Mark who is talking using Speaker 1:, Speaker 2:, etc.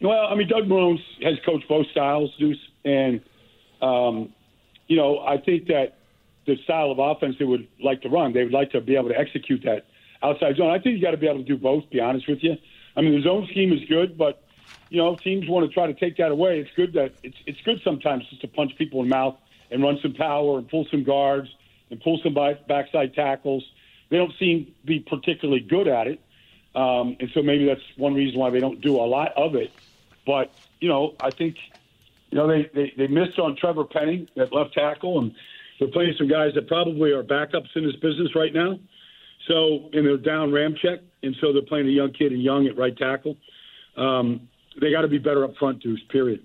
Speaker 1: Well, I mean, Doug Marone has coached both styles, Deuce, and um, you know, I think that the style of offense they would like to run, they would like to be able to execute that outside zone. I think you got to be able to do both. Be honest with you. I mean, the zone scheme is good, but you know, teams want to try to take that away. It's good that it's it's good sometimes just to punch people in the mouth and run some power and pull some guards and pull some by, backside tackles. They don't seem to be particularly good at it, um, and so maybe that's one reason why they don't do a lot of it. But you know, I think you know they they, they missed on Trevor Penning at left tackle, and they're playing some guys that probably are backups in this business right now. So and they're down Ramchek, and so they're playing a young kid and Young at right tackle. Um, they got to be better up front, Deuce. Period.